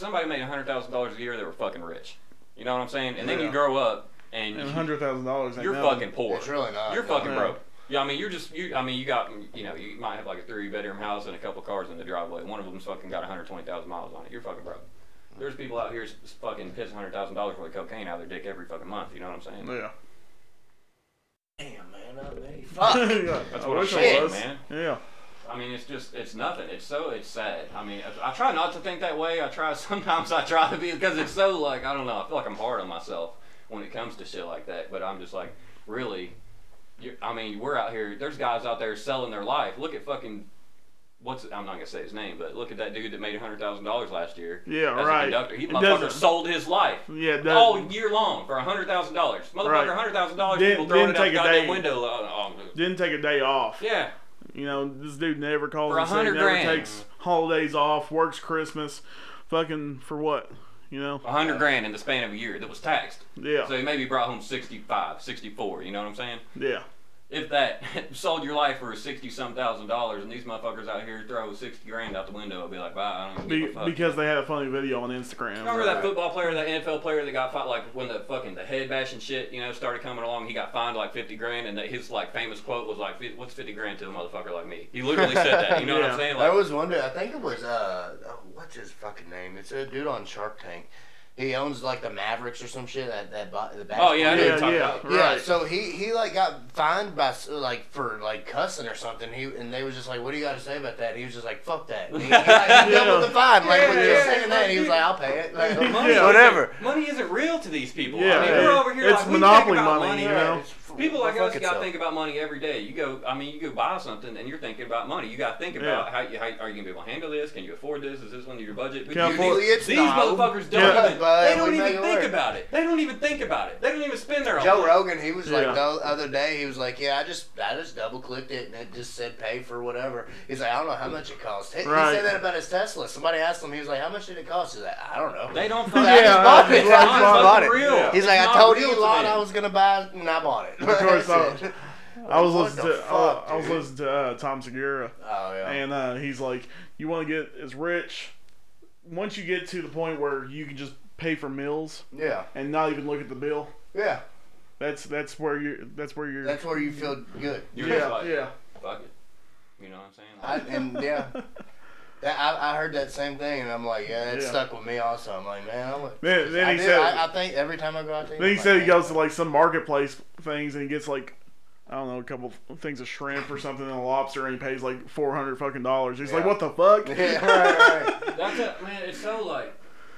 hundred thousand dollars a year that were fucking rich. You know what I'm saying? And then Yeah. you grow up and, And you- hundred thousand dollars. you're fucking poor. It's really not. You're no. fucking No. broke. Yeah, I mean, you're just you. I mean, you got you know, you might have like a three bedroom house and a couple cars in the driveway. One of them's fucking got 120,000 miles on it. You're fucking broke. There's people out here s- s- fucking pissing hundred thousand dollars worth of cocaine out of their dick every fucking month. You know what I'm saying? Yeah. Damn, man, I made. Fuck. yeah. That's I what I'm wish I saying, was. man. Yeah. I mean, it's just it's nothing. It's so it's sad. I mean, I, I try not to think that way. I try sometimes. I try to be because it's so like I don't know. I feel like I'm hard on myself when it comes to shit like that. But I'm just like really. You, I mean, we're out here. There's guys out there selling their life. Look at fucking. What's I'm not gonna say his name, but look at that dude that made hundred thousand dollars last year. Yeah, as right. A conductor. He It motherfucker Oh, doesn't- sold his life Yeah. That, all year long for hundred thousand dollars. Motherfucker, Right. hundred thousand dollars. Didn't- People throwing didn't it out the take a goddamn day. window. Oh, oh, Didn't take a day off. yeah. You know, this dude never calls For and sick, 100 never grand. takes holidays off, works Christmas, fucking for what? You know? a hundred grand in the span of a year that was taxed. Yeah. So he maybe brought home 65, 64, you know what I'm saying? Yeah. If that sold your life for 60 some thousand dollars and these motherfuckers out here throw 60 grand out the window, I'd be like, bye, I don't Be- give a fuck. because they had a funny video on Instagram. Remember that football player, that NFL player that got fined, like when the fucking the head bashing shit, you know, started coming along. He got fined like fifty grand, and that his like famous quote was like, "Fif- "What's fifty grand to a motherfucker like me?" He literally said that. You know what Yeah. I'm saying? There Like, was one dude. I think it was uh, oh, what's his fucking name? It's a dude on Shark Tank. He owns like the Mavericks or some shit. That that bo- the oh yeah, I know Yeah, you're talking yeah. about. Yeah, Right. so he he like got fined by s- like for like cussing or something. He and they was just like, "What do you got to say about that?" He was just like, "Fuck that." He, he, like, he Yeah. doubled the fine. Like when he was Yeah, saying that, he was like, "I'll pay it." Like, Money Yeah. Whatever. Isn't, money isn't real to these people. Yeah, I mean, we're it- over here it's like, we think monopoly about money, you right? know? People like Fuck us got to itself. think about money every day. You go, I mean, you go buy something and you're thinking about money. You got to think about how, you, how are you gonna be able to handle this? Can you afford this? Is this under your budget? But Can I you- afford- these It's these not. motherfuckers don't Yeah. even. But They we don't make it even think work. about it. They don't even think about it. They don't even spend their own. Joe Rogan, he was like Yeah. the other day. He was like, "Yeah, I just I just double clicked it and it just said pay for whatever." He's like, "I don't know how much it cost." He, he Right. said that about his Tesla. Somebody asked him. He was like, "How much did it cost?" He's like, "I don't know." They don't. I just Yeah, bought I it. just I just bought bought it. it. Yeah. He's like, I told Elon I was gonna buy it, and I bought it. Of course, That's I- it. I was What listening the to uh, fuck, I was dude? listening to uh, Tom Segura, Oh yeah. and uh, he's like, "You want to get as rich once you get to the point where you can just pay for meals yeah. and not even look at the bill. Yeah. That's that's where you that's where you're That's where you feel good. You're yeah just like, yeah fuck it. You know what I'm saying? I, and yeah. That, I, I heard that same thing, and I'm like, yeah, it Yeah. stuck with me also. I'm like, man, I would. Then- then I he do- said- I, I think every time I go out to eat, Then he I'm said like, he man. goes to like some marketplace things and he gets like I don't know a couple things of shrimp or something and a lobster and he pays like four hundred fucking dollars. He's like, Yeah. what the fuck? Yeah, right, right, right. That's it, man. It's so like,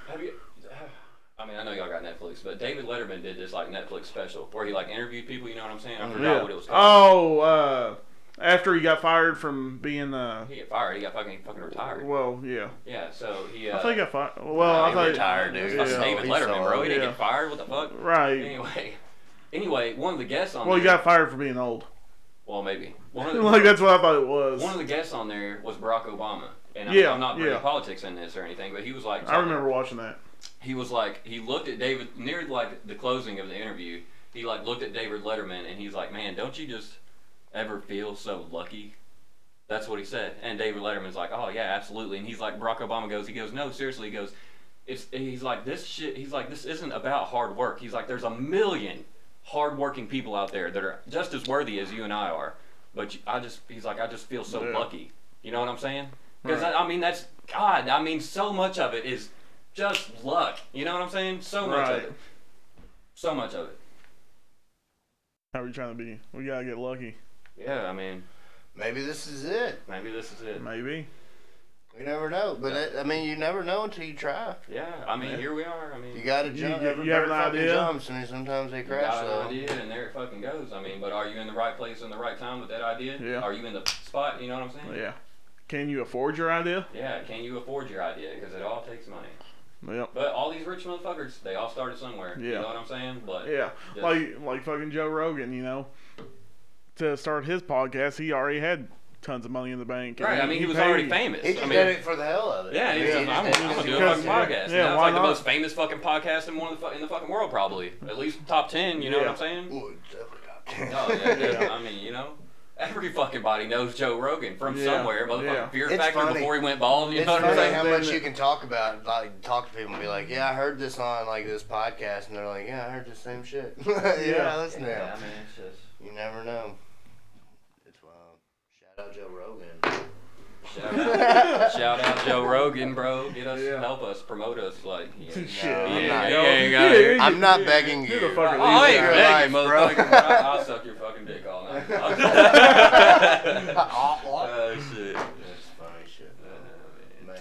have you? I mean, I know y'all got Netflix, but David Letterman did this like Netflix special where he like interviewed people. You know what I'm saying? I forgot Yeah. what it was called. Oh, uh, after he got fired from being uh, He got fired. He got fucking fucking retired. well, yeah, Yeah. So he. Uh, I think I fired. Well, uh, I he thought retired, dude. fucking Yeah. David He's Letterman, bro. He didn't yeah. get fired. What the fuck? Right. Anyway, anyway, one of the guests on. Well, he there, got fired for being old. Well, maybe one of the like that's what I thought it was. one of the guests on there was Barack Obama, and I'm, Yeah, I'm not bringing yeah. politics in this or anything, but he was like. I remember watching that. he was like he looked at David near like the closing of the interview. He like looked at David Letterman and he's like, "Man, don't you just ever feel so lucky?" That's what he said. And David Letterman's like, "Oh yeah, absolutely." And he's like, Barack Obama goes, he goes, "No, seriously," he goes, "It's." He's like, "This shit." He's like, "This isn't about hard work." He's like, "There's a million hardworking people out there that are just as worthy as you and I are." But you- I just, he's like, I just feel so Yeah. lucky. You know what I'm saying? Because Right. I, I mean, that's God. I mean, so much of it is just luck. You know what I'm saying? So much Right. of it. So much of it. How are you trying to be? We gotta get lucky. Yeah, I mean, Maybe this is it. maybe this is it. Maybe. You never know, but it, I mean, you never know until you try. Yeah, I mean, Yeah. here we are. I mean, You you gotta You- jump. you- Everybody you have an fucking idea? Jumps, and sometimes they crash. got though. an idea, and there it fucking goes. I mean, but are you in the right place in the right time with that idea? Yeah. Are you in the spot? You know what I'm saying? Yeah. Can you afford your idea? Yeah, Can you afford your idea? Because it all takes money. Yep. But all these rich motherfuckers, they all started somewhere. You Yeah. know what I'm saying? But Yeah. Yeah. Like like fucking Joe Rogan, you know. To start his podcast, he already had tons of money in the bank. right, I mean, he was paid- already famous. He just I mean, did it for the hell of it. Yeah, I he's mean, just, I'm, he just I'm did gonna it do a because- fucking podcast. yeah, Yeah, it's why like the not? most famous fucking podcast in one of the fu- in the fucking world, probably at least top ten. You know what Yeah. I'm saying? Ooh, it's over the top. Oh yeah, yeah. I mean, you know, Every fucking body knows Joe Rogan from Yeah, somewhere. Motherfucking yeah. Fear It's Factor funny. before he went bald. You It's know what I'm funny saying? how Then much the- you can talk about, like talk to people and be like, "Yeah, I heard this on like this podcast," and they're like, "Yeah, I heard the same shit." yeah, Yeah. listen to Yeah, him. I mean, it's just You never know. It's wild. Shout out Joe Rogan. shout out, shout out Joe Rogan, bro. Get us, Yeah. help us, promote us, like. Yeah. Shit. I'm not- you yeah, you know, got yeah, it. I'm not yeah, begging you're you. the fucking Oh, I loser. ain't Your begging, life, bro. motherfucker. but I- I'll suck your fucking dick all night. oh shit. That's funny shit, man.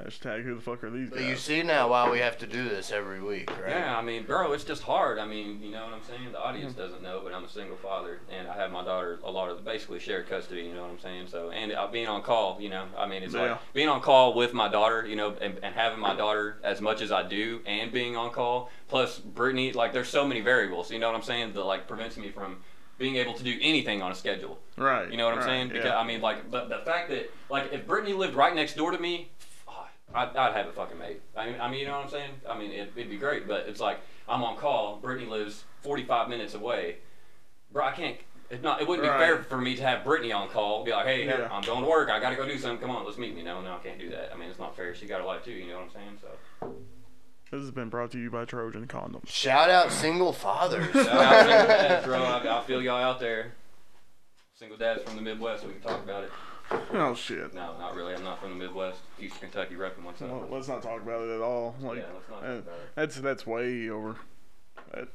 Hashtag who the fuck are these But you guys? see now why we have to do this every week, right? Yeah, I mean, bro, it's just hard. I mean, you know what I'm saying? The audience doesn't know, but I'm a single father, and I have my daughter a lot of basically shared custody. You know what I'm saying? So, and uh, being on call, you know, I mean, it's Yeah. like being on call with my daughter, you know, and, and having my daughter as much as I do, and being on call plus Brittany. Like, there's so many variables. You know what I'm saying? That like prevents me from being able to do anything on a schedule. Right. You know what I'm right, saying? Because I mean, like, but the fact that like if Brittany lived right next door to me, fuck, I'd, I'd have it fucking made. I mean, I mean, you know what I'm saying? I mean, it, it'd be great, but it's like I'm on call. Brittany lives 45 minutes away. Bro, I can't. It's not. It wouldn't be fair Right. for me to have Brittany on call. Be like, hey, here, Yeah. I'm going to work. I gotta go do something. Come on, let's meet. You know, no, I can't do that. I mean, it's not fair. She got a life too. You know what I'm saying? So. This has been brought to you by Trojan Condoms. Shout out single fathers. Shout out single dads, bro. I, I feel y'all out there. Single dads from the Midwest. We can talk about it. Oh shit. No, not really. I'm not from the Midwest. Eastern Kentucky repping what's up. Oh, Well, let's not talk about it at all. Like Yeah, let's not talk uh, about it. that's that's way over. That,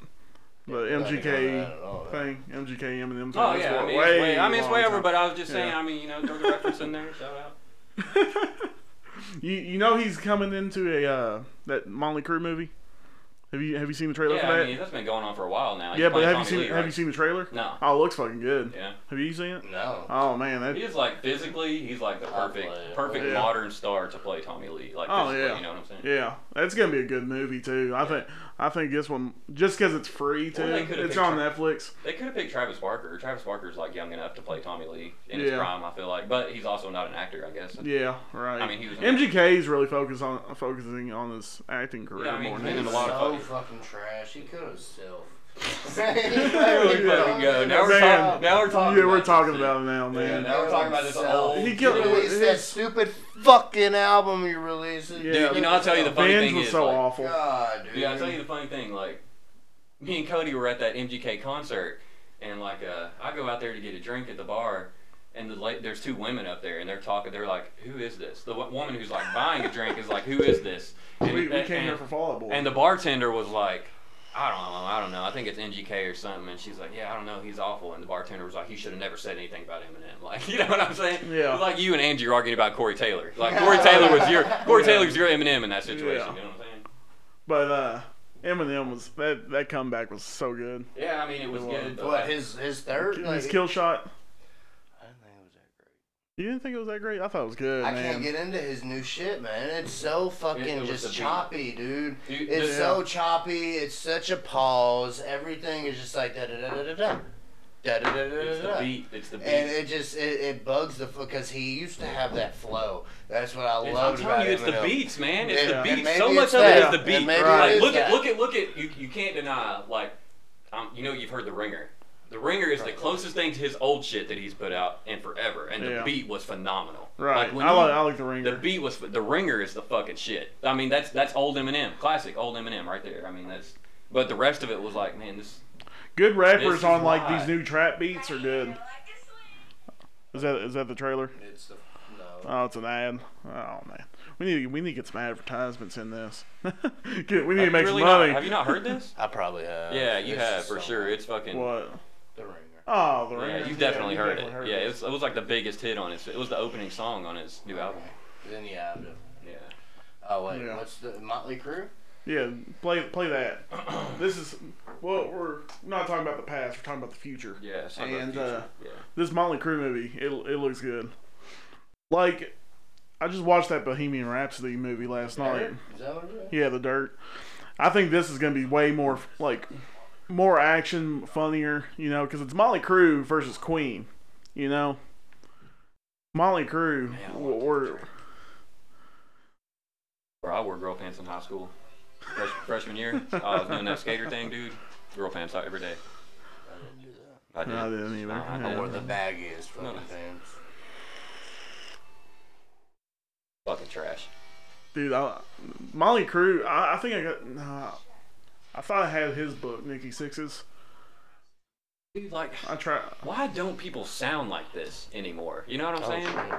the not gonna go MGK that at all, though. thing, MGK Eminem. thing, Oh that's yeah, I wa- mean, it's way, I mean, it's long way time. over, but I was just saying, Yeah. I mean, you know, throw the reference in there. Shout out. You you know he's coming into a uh, that Motley Crew movie. Have you have you seen the trailer Yeah, for that? I mean, that's been going on for a while now. He's yeah, but playing have you seen Tommy Lee, have right? you seen the trailer? No. Oh, it looks fucking good. Yeah. Have you seen it? No. Oh man, that He's like physically, he's like the perfect, play it. perfect Yeah. modern star to play Tommy Lee. Like, Oh, physically, yeah. you know what I'm saying? yeah, that's gonna be a good movie too. I think I think this one just because it's free too. Well, they could've it's picked on her. Netflix. They could have picked Travis Barker. Travis Barker's like young enough to play Tommy Lee in his Yeah. prime, I feel like, but he's also not an actor, I guess. Yeah, right. I mean, he was in- MGK is really focused on focusing on his acting career Yeah, I mean, more he's than been in a his- lot of so fucking- fucking trash. He could have self. There we fucking go. Now we're Man. talking. Now we're talking. Yeah, we're about talking this about it now, shit. Yeah, man. now we're talking about this old. He killed- dude, Release that stupid fucking album you released. Yeah. you know, I'll tell you the funny Bands thing was is, so like, awful. God, dude. Yeah, I'll tell you the funny thing. Like, me and Cody were at that MGK concert, and like, uh, I go out there to get a drink at the bar, and the la- there's two women up there, and they're talking. They're like, "Who is this?" The w- woman who's like buying a drink is like, "Who is this?" And, We, we and- came here for Fallout Boy. and the bartender was like, I don't know, I don't know. I think it's NGK or something. And she's like, Yeah, I don't know. He's awful. And the bartender was like, You should have never said anything about Eminem. Like, you know what I'm saying? Yeah. It's like you and Angie arguing about Corey Taylor. Like Corey Taylor was your Corey Taylor's your Eminem in that situation. Yeah. You know what I'm saying? but uh, Eminem was that that comeback was so good. Yeah, I mean it was Well, good. But What his his third? Like, his kill shot. I didn't think it was that You didn't think it was that great? I thought it was good, great. I man. can't get into his new shit, man. It's so fucking It- it was the just beat. choppy, dude. Dude, It's the- so choppy. It's such a pause. Everything is just like da da da da da da da da da it's da the da da. beat. It's the beat. And it just it, it bugs the because he used to have that flow. That's what I It's- I'm loved about telling you, it's the Eminem. beats, man. It's Yeah. the And beats. maybe So much it's of it is that. the And beat. maybe it Like, is look at that. look at look at you. You can't deny like, um, you know, you've heard the ringer. The ringer is the closest thing to his old shit that he's put out in forever, and the Yeah. beat was phenomenal. right. Like, when I you- like I like the ringer. the beat was the ringer is the fucking shit. I mean, that's that's old Eminem, classic old Eminem right there. I mean, that's. But the rest of it was like, man, this. good This rappers is on like why. these new trap beats are good. Is that is that the trailer? It's the no. Uh, Oh, it's an ad. Oh man, we need we need to get some advertisements in this. Get- we need to make really some money. Not, have you not heard this? I probably have. yeah, you It's have just for so- sure. It's fucking. what? The Ringer. Oh, the ringer. Yeah, you've definitely you heard definitely it. yeah, this. it was, it was like the biggest hit on his. It was the opening song on his new album. Then you have the Yeah. Oh wait, Yeah. what's the Motley Crue? Yeah, play play that. this is well, we're not talking about the past. We're talking about the future. Yeah. about the And, future. uh, yeah. This Motley Crue movie, it it looks good. Like, I just watched that Bohemian Rhapsody movie last night. Is that what it is? Yeah, the dirt. I think this is gonna be way more like more action, funnier. You know, because it's Motley Crue versus Queen. You know, Motley Crue Man, I want or Bro, I wore girl pants in high school. Fresh, freshman year, I was doing that skater thing, dude. Girl pants out every day. I didn't do that. I did. No, I didn't either. I Yeah. know Where where the the bag is, fucking No. pants. fucking trash. Dude, I, Molly Crew, I, I think I got. Nah, I thought I had his book, Nikki Sixes. Dude, like, I try why don't people sound like this anymore? You know what I'm saying?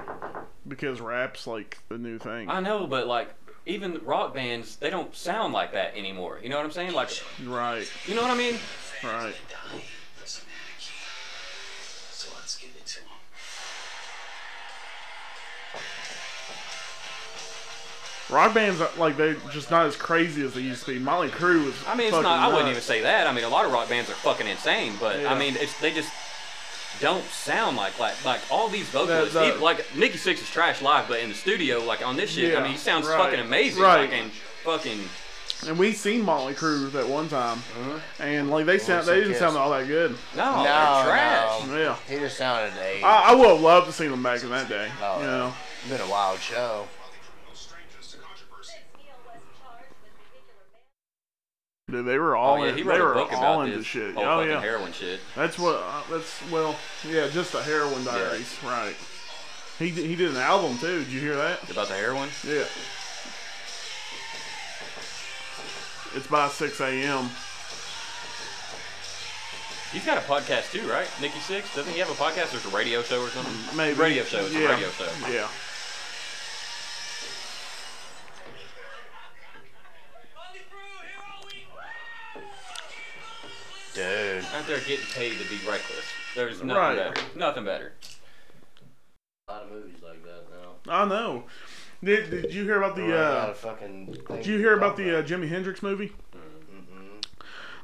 because rap's like the new thing. I know, but like, even the rock bands, they don't sound like that anymore. You know what I'm saying? Like, Right, you know what I mean? right. dying for some anarchy. So let's give it to him. Rock bands are like they're just not as crazy as they used to be. Molly Crew was. I mean, it's fucking not. I wouldn't even nuts. say that. I mean, a lot of rock bands are fucking insane, but Yeah. I mean, it's they just don't sound like like like all these vocalists. that- even- like Nikki Six is trash live, but in the studio, like on this shit, Yeah, I mean, he sounds right, fucking amazing. right. Like, and fucking And we seen Molly Crew that one time, Uh-huh. and like they sound, they didn't Kiss. sound all that good. no, No, they're trash. no. Yeah, He just sounded a. I, I would have loved to seen them back in that day. Oh, you yeah. know, been a wild show. dude, they were all oh yeah, in, he they wrote were a book all about into this shit. whole Oh fucking yeah, heroin shit. that's what. Uh, that's well, yeah, just the heroin diaries, right? He d- he did an album too. Did you hear that? About the heroin. Yeah. It's by 6 a.m. He's got a podcast too, right? Nikki Six doesn't he have a podcast? There's a radio show or something. Maybe Radio show, it's a yeah. radio show. Yeah. Dude. Out there getting paid to be reckless. There's nothing Right. better. Nothing better. A lot of movies like that now. I know. Did, did you hear about the? Uh, did you hear about the uh, Jimi Hendrix movie?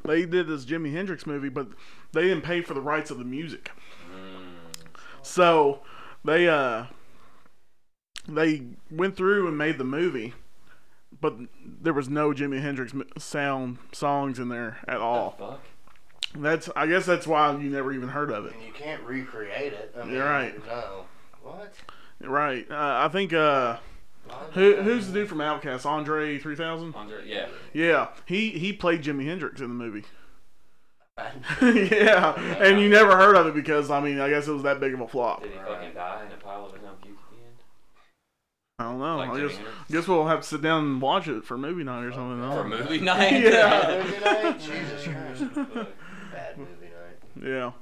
They did this Jimi Hendrix movie, but they didn't pay for the rights of the music. So they uh they went through and made the movie, but there was no Jimi Hendrix m- sound songs in there at all. Fuck. That's I guess that's why you never even heard of it. And you can't recreate it. I mean, You're right. No. What? Right. Uh, I think uh who who's the dude from Outcast? Andre 3000? Andre, yeah. Yeah, he he played Jimi Hendrix in the movie. yeah, and you never heard of it because I mean I guess it was that big of a flop. Did he fucking die in a pile of his own puke at the end? I don't know. Like I Jimi guess, Hendrix? guess we'll have to sit down and watch it for movie night or something. I For don't know. movie night? Yeah. Movie night? Jesus Christ. Bad movie night. Yeah,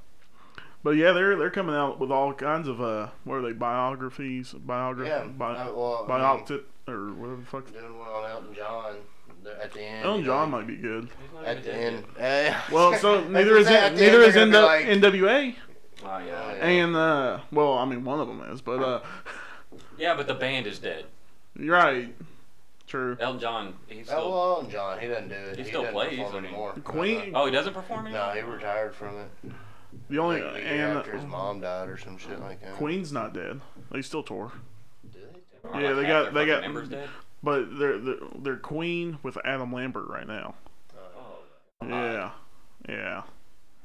but yeah, they're they're coming out with all kinds of uh what are they biographies biography Yeah. bi- uh, well, I mean, bioptic or whatever the fuck. doing one on Elton John there at the end. Elton you know, John might be good. He's not At even the dead end. Eh, Well, so that's neither what is I'm saying, at N- the end neither they're is gonna N- be like- NWA yet. Oh, yeah. Yeah. and uh well I mean one of them is but uh Yeah, but the band is dead. you're right true Elton John, he's Oh, still. well, Elton John, he doesn't do it. He still doesn't plays, perform I mean. anymore. Queen Oh, he doesn't perform No, anymore? he retired from it. the only Like, a year and after his mom died or some shit like that. Queen's not dead they still tour Do they? Or, Yeah, like, they half got- their they fucking got- Members dead? but they're they're, they're Queen with Adam Lambert right now yeah yeah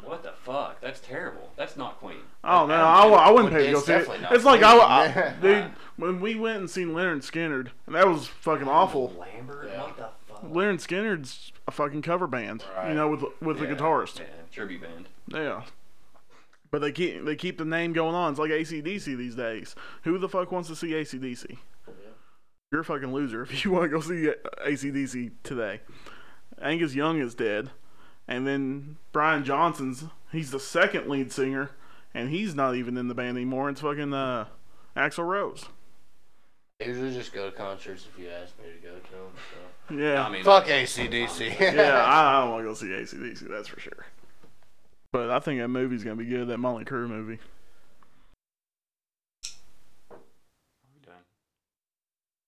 Oh, What the fuck? That's terrible. That's not Queen. Oh no, Adam I, I wouldn't Well, pay to go it's see it. definitely not It's like I, free. I, dude, when we went and seen Leonard Skinnerd, and that was fucking awful. Lambert? Yeah. What the fuck? Leonard Skinnerd's a fucking cover band, you Right. know, with with Yeah, the guitarist. Yeah, tribute band. Yeah. But they keep they keep the name going on. It's like ACDC these days. Who the fuck wants to see ACDC? You're a fucking loser if you want to go see ACDC today. Angus Young is dead. And then Brian Johnson's, he's the second lead singer, and he's not even in the band anymore. It's fucking uh, Axel Rose. I usually just go to concerts if you ask me to go to them. So. Yeah. I mean, Fuck ACDC. yeah, I, I don't want to go see ACDC, that's for sure. But I think that movie's going to be good, that Molly Crew movie.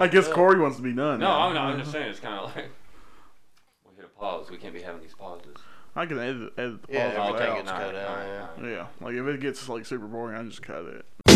I guess Corey wants to be done. No, now. I'm, not, I'm just saying it's kind of like we hit a pause. We can't be having these pauses. I can edit, edit the Yeah, pause I'll out. take it. it's cut out, alright, yeah. alright. Yeah, like if it gets like super boring, I just cut it.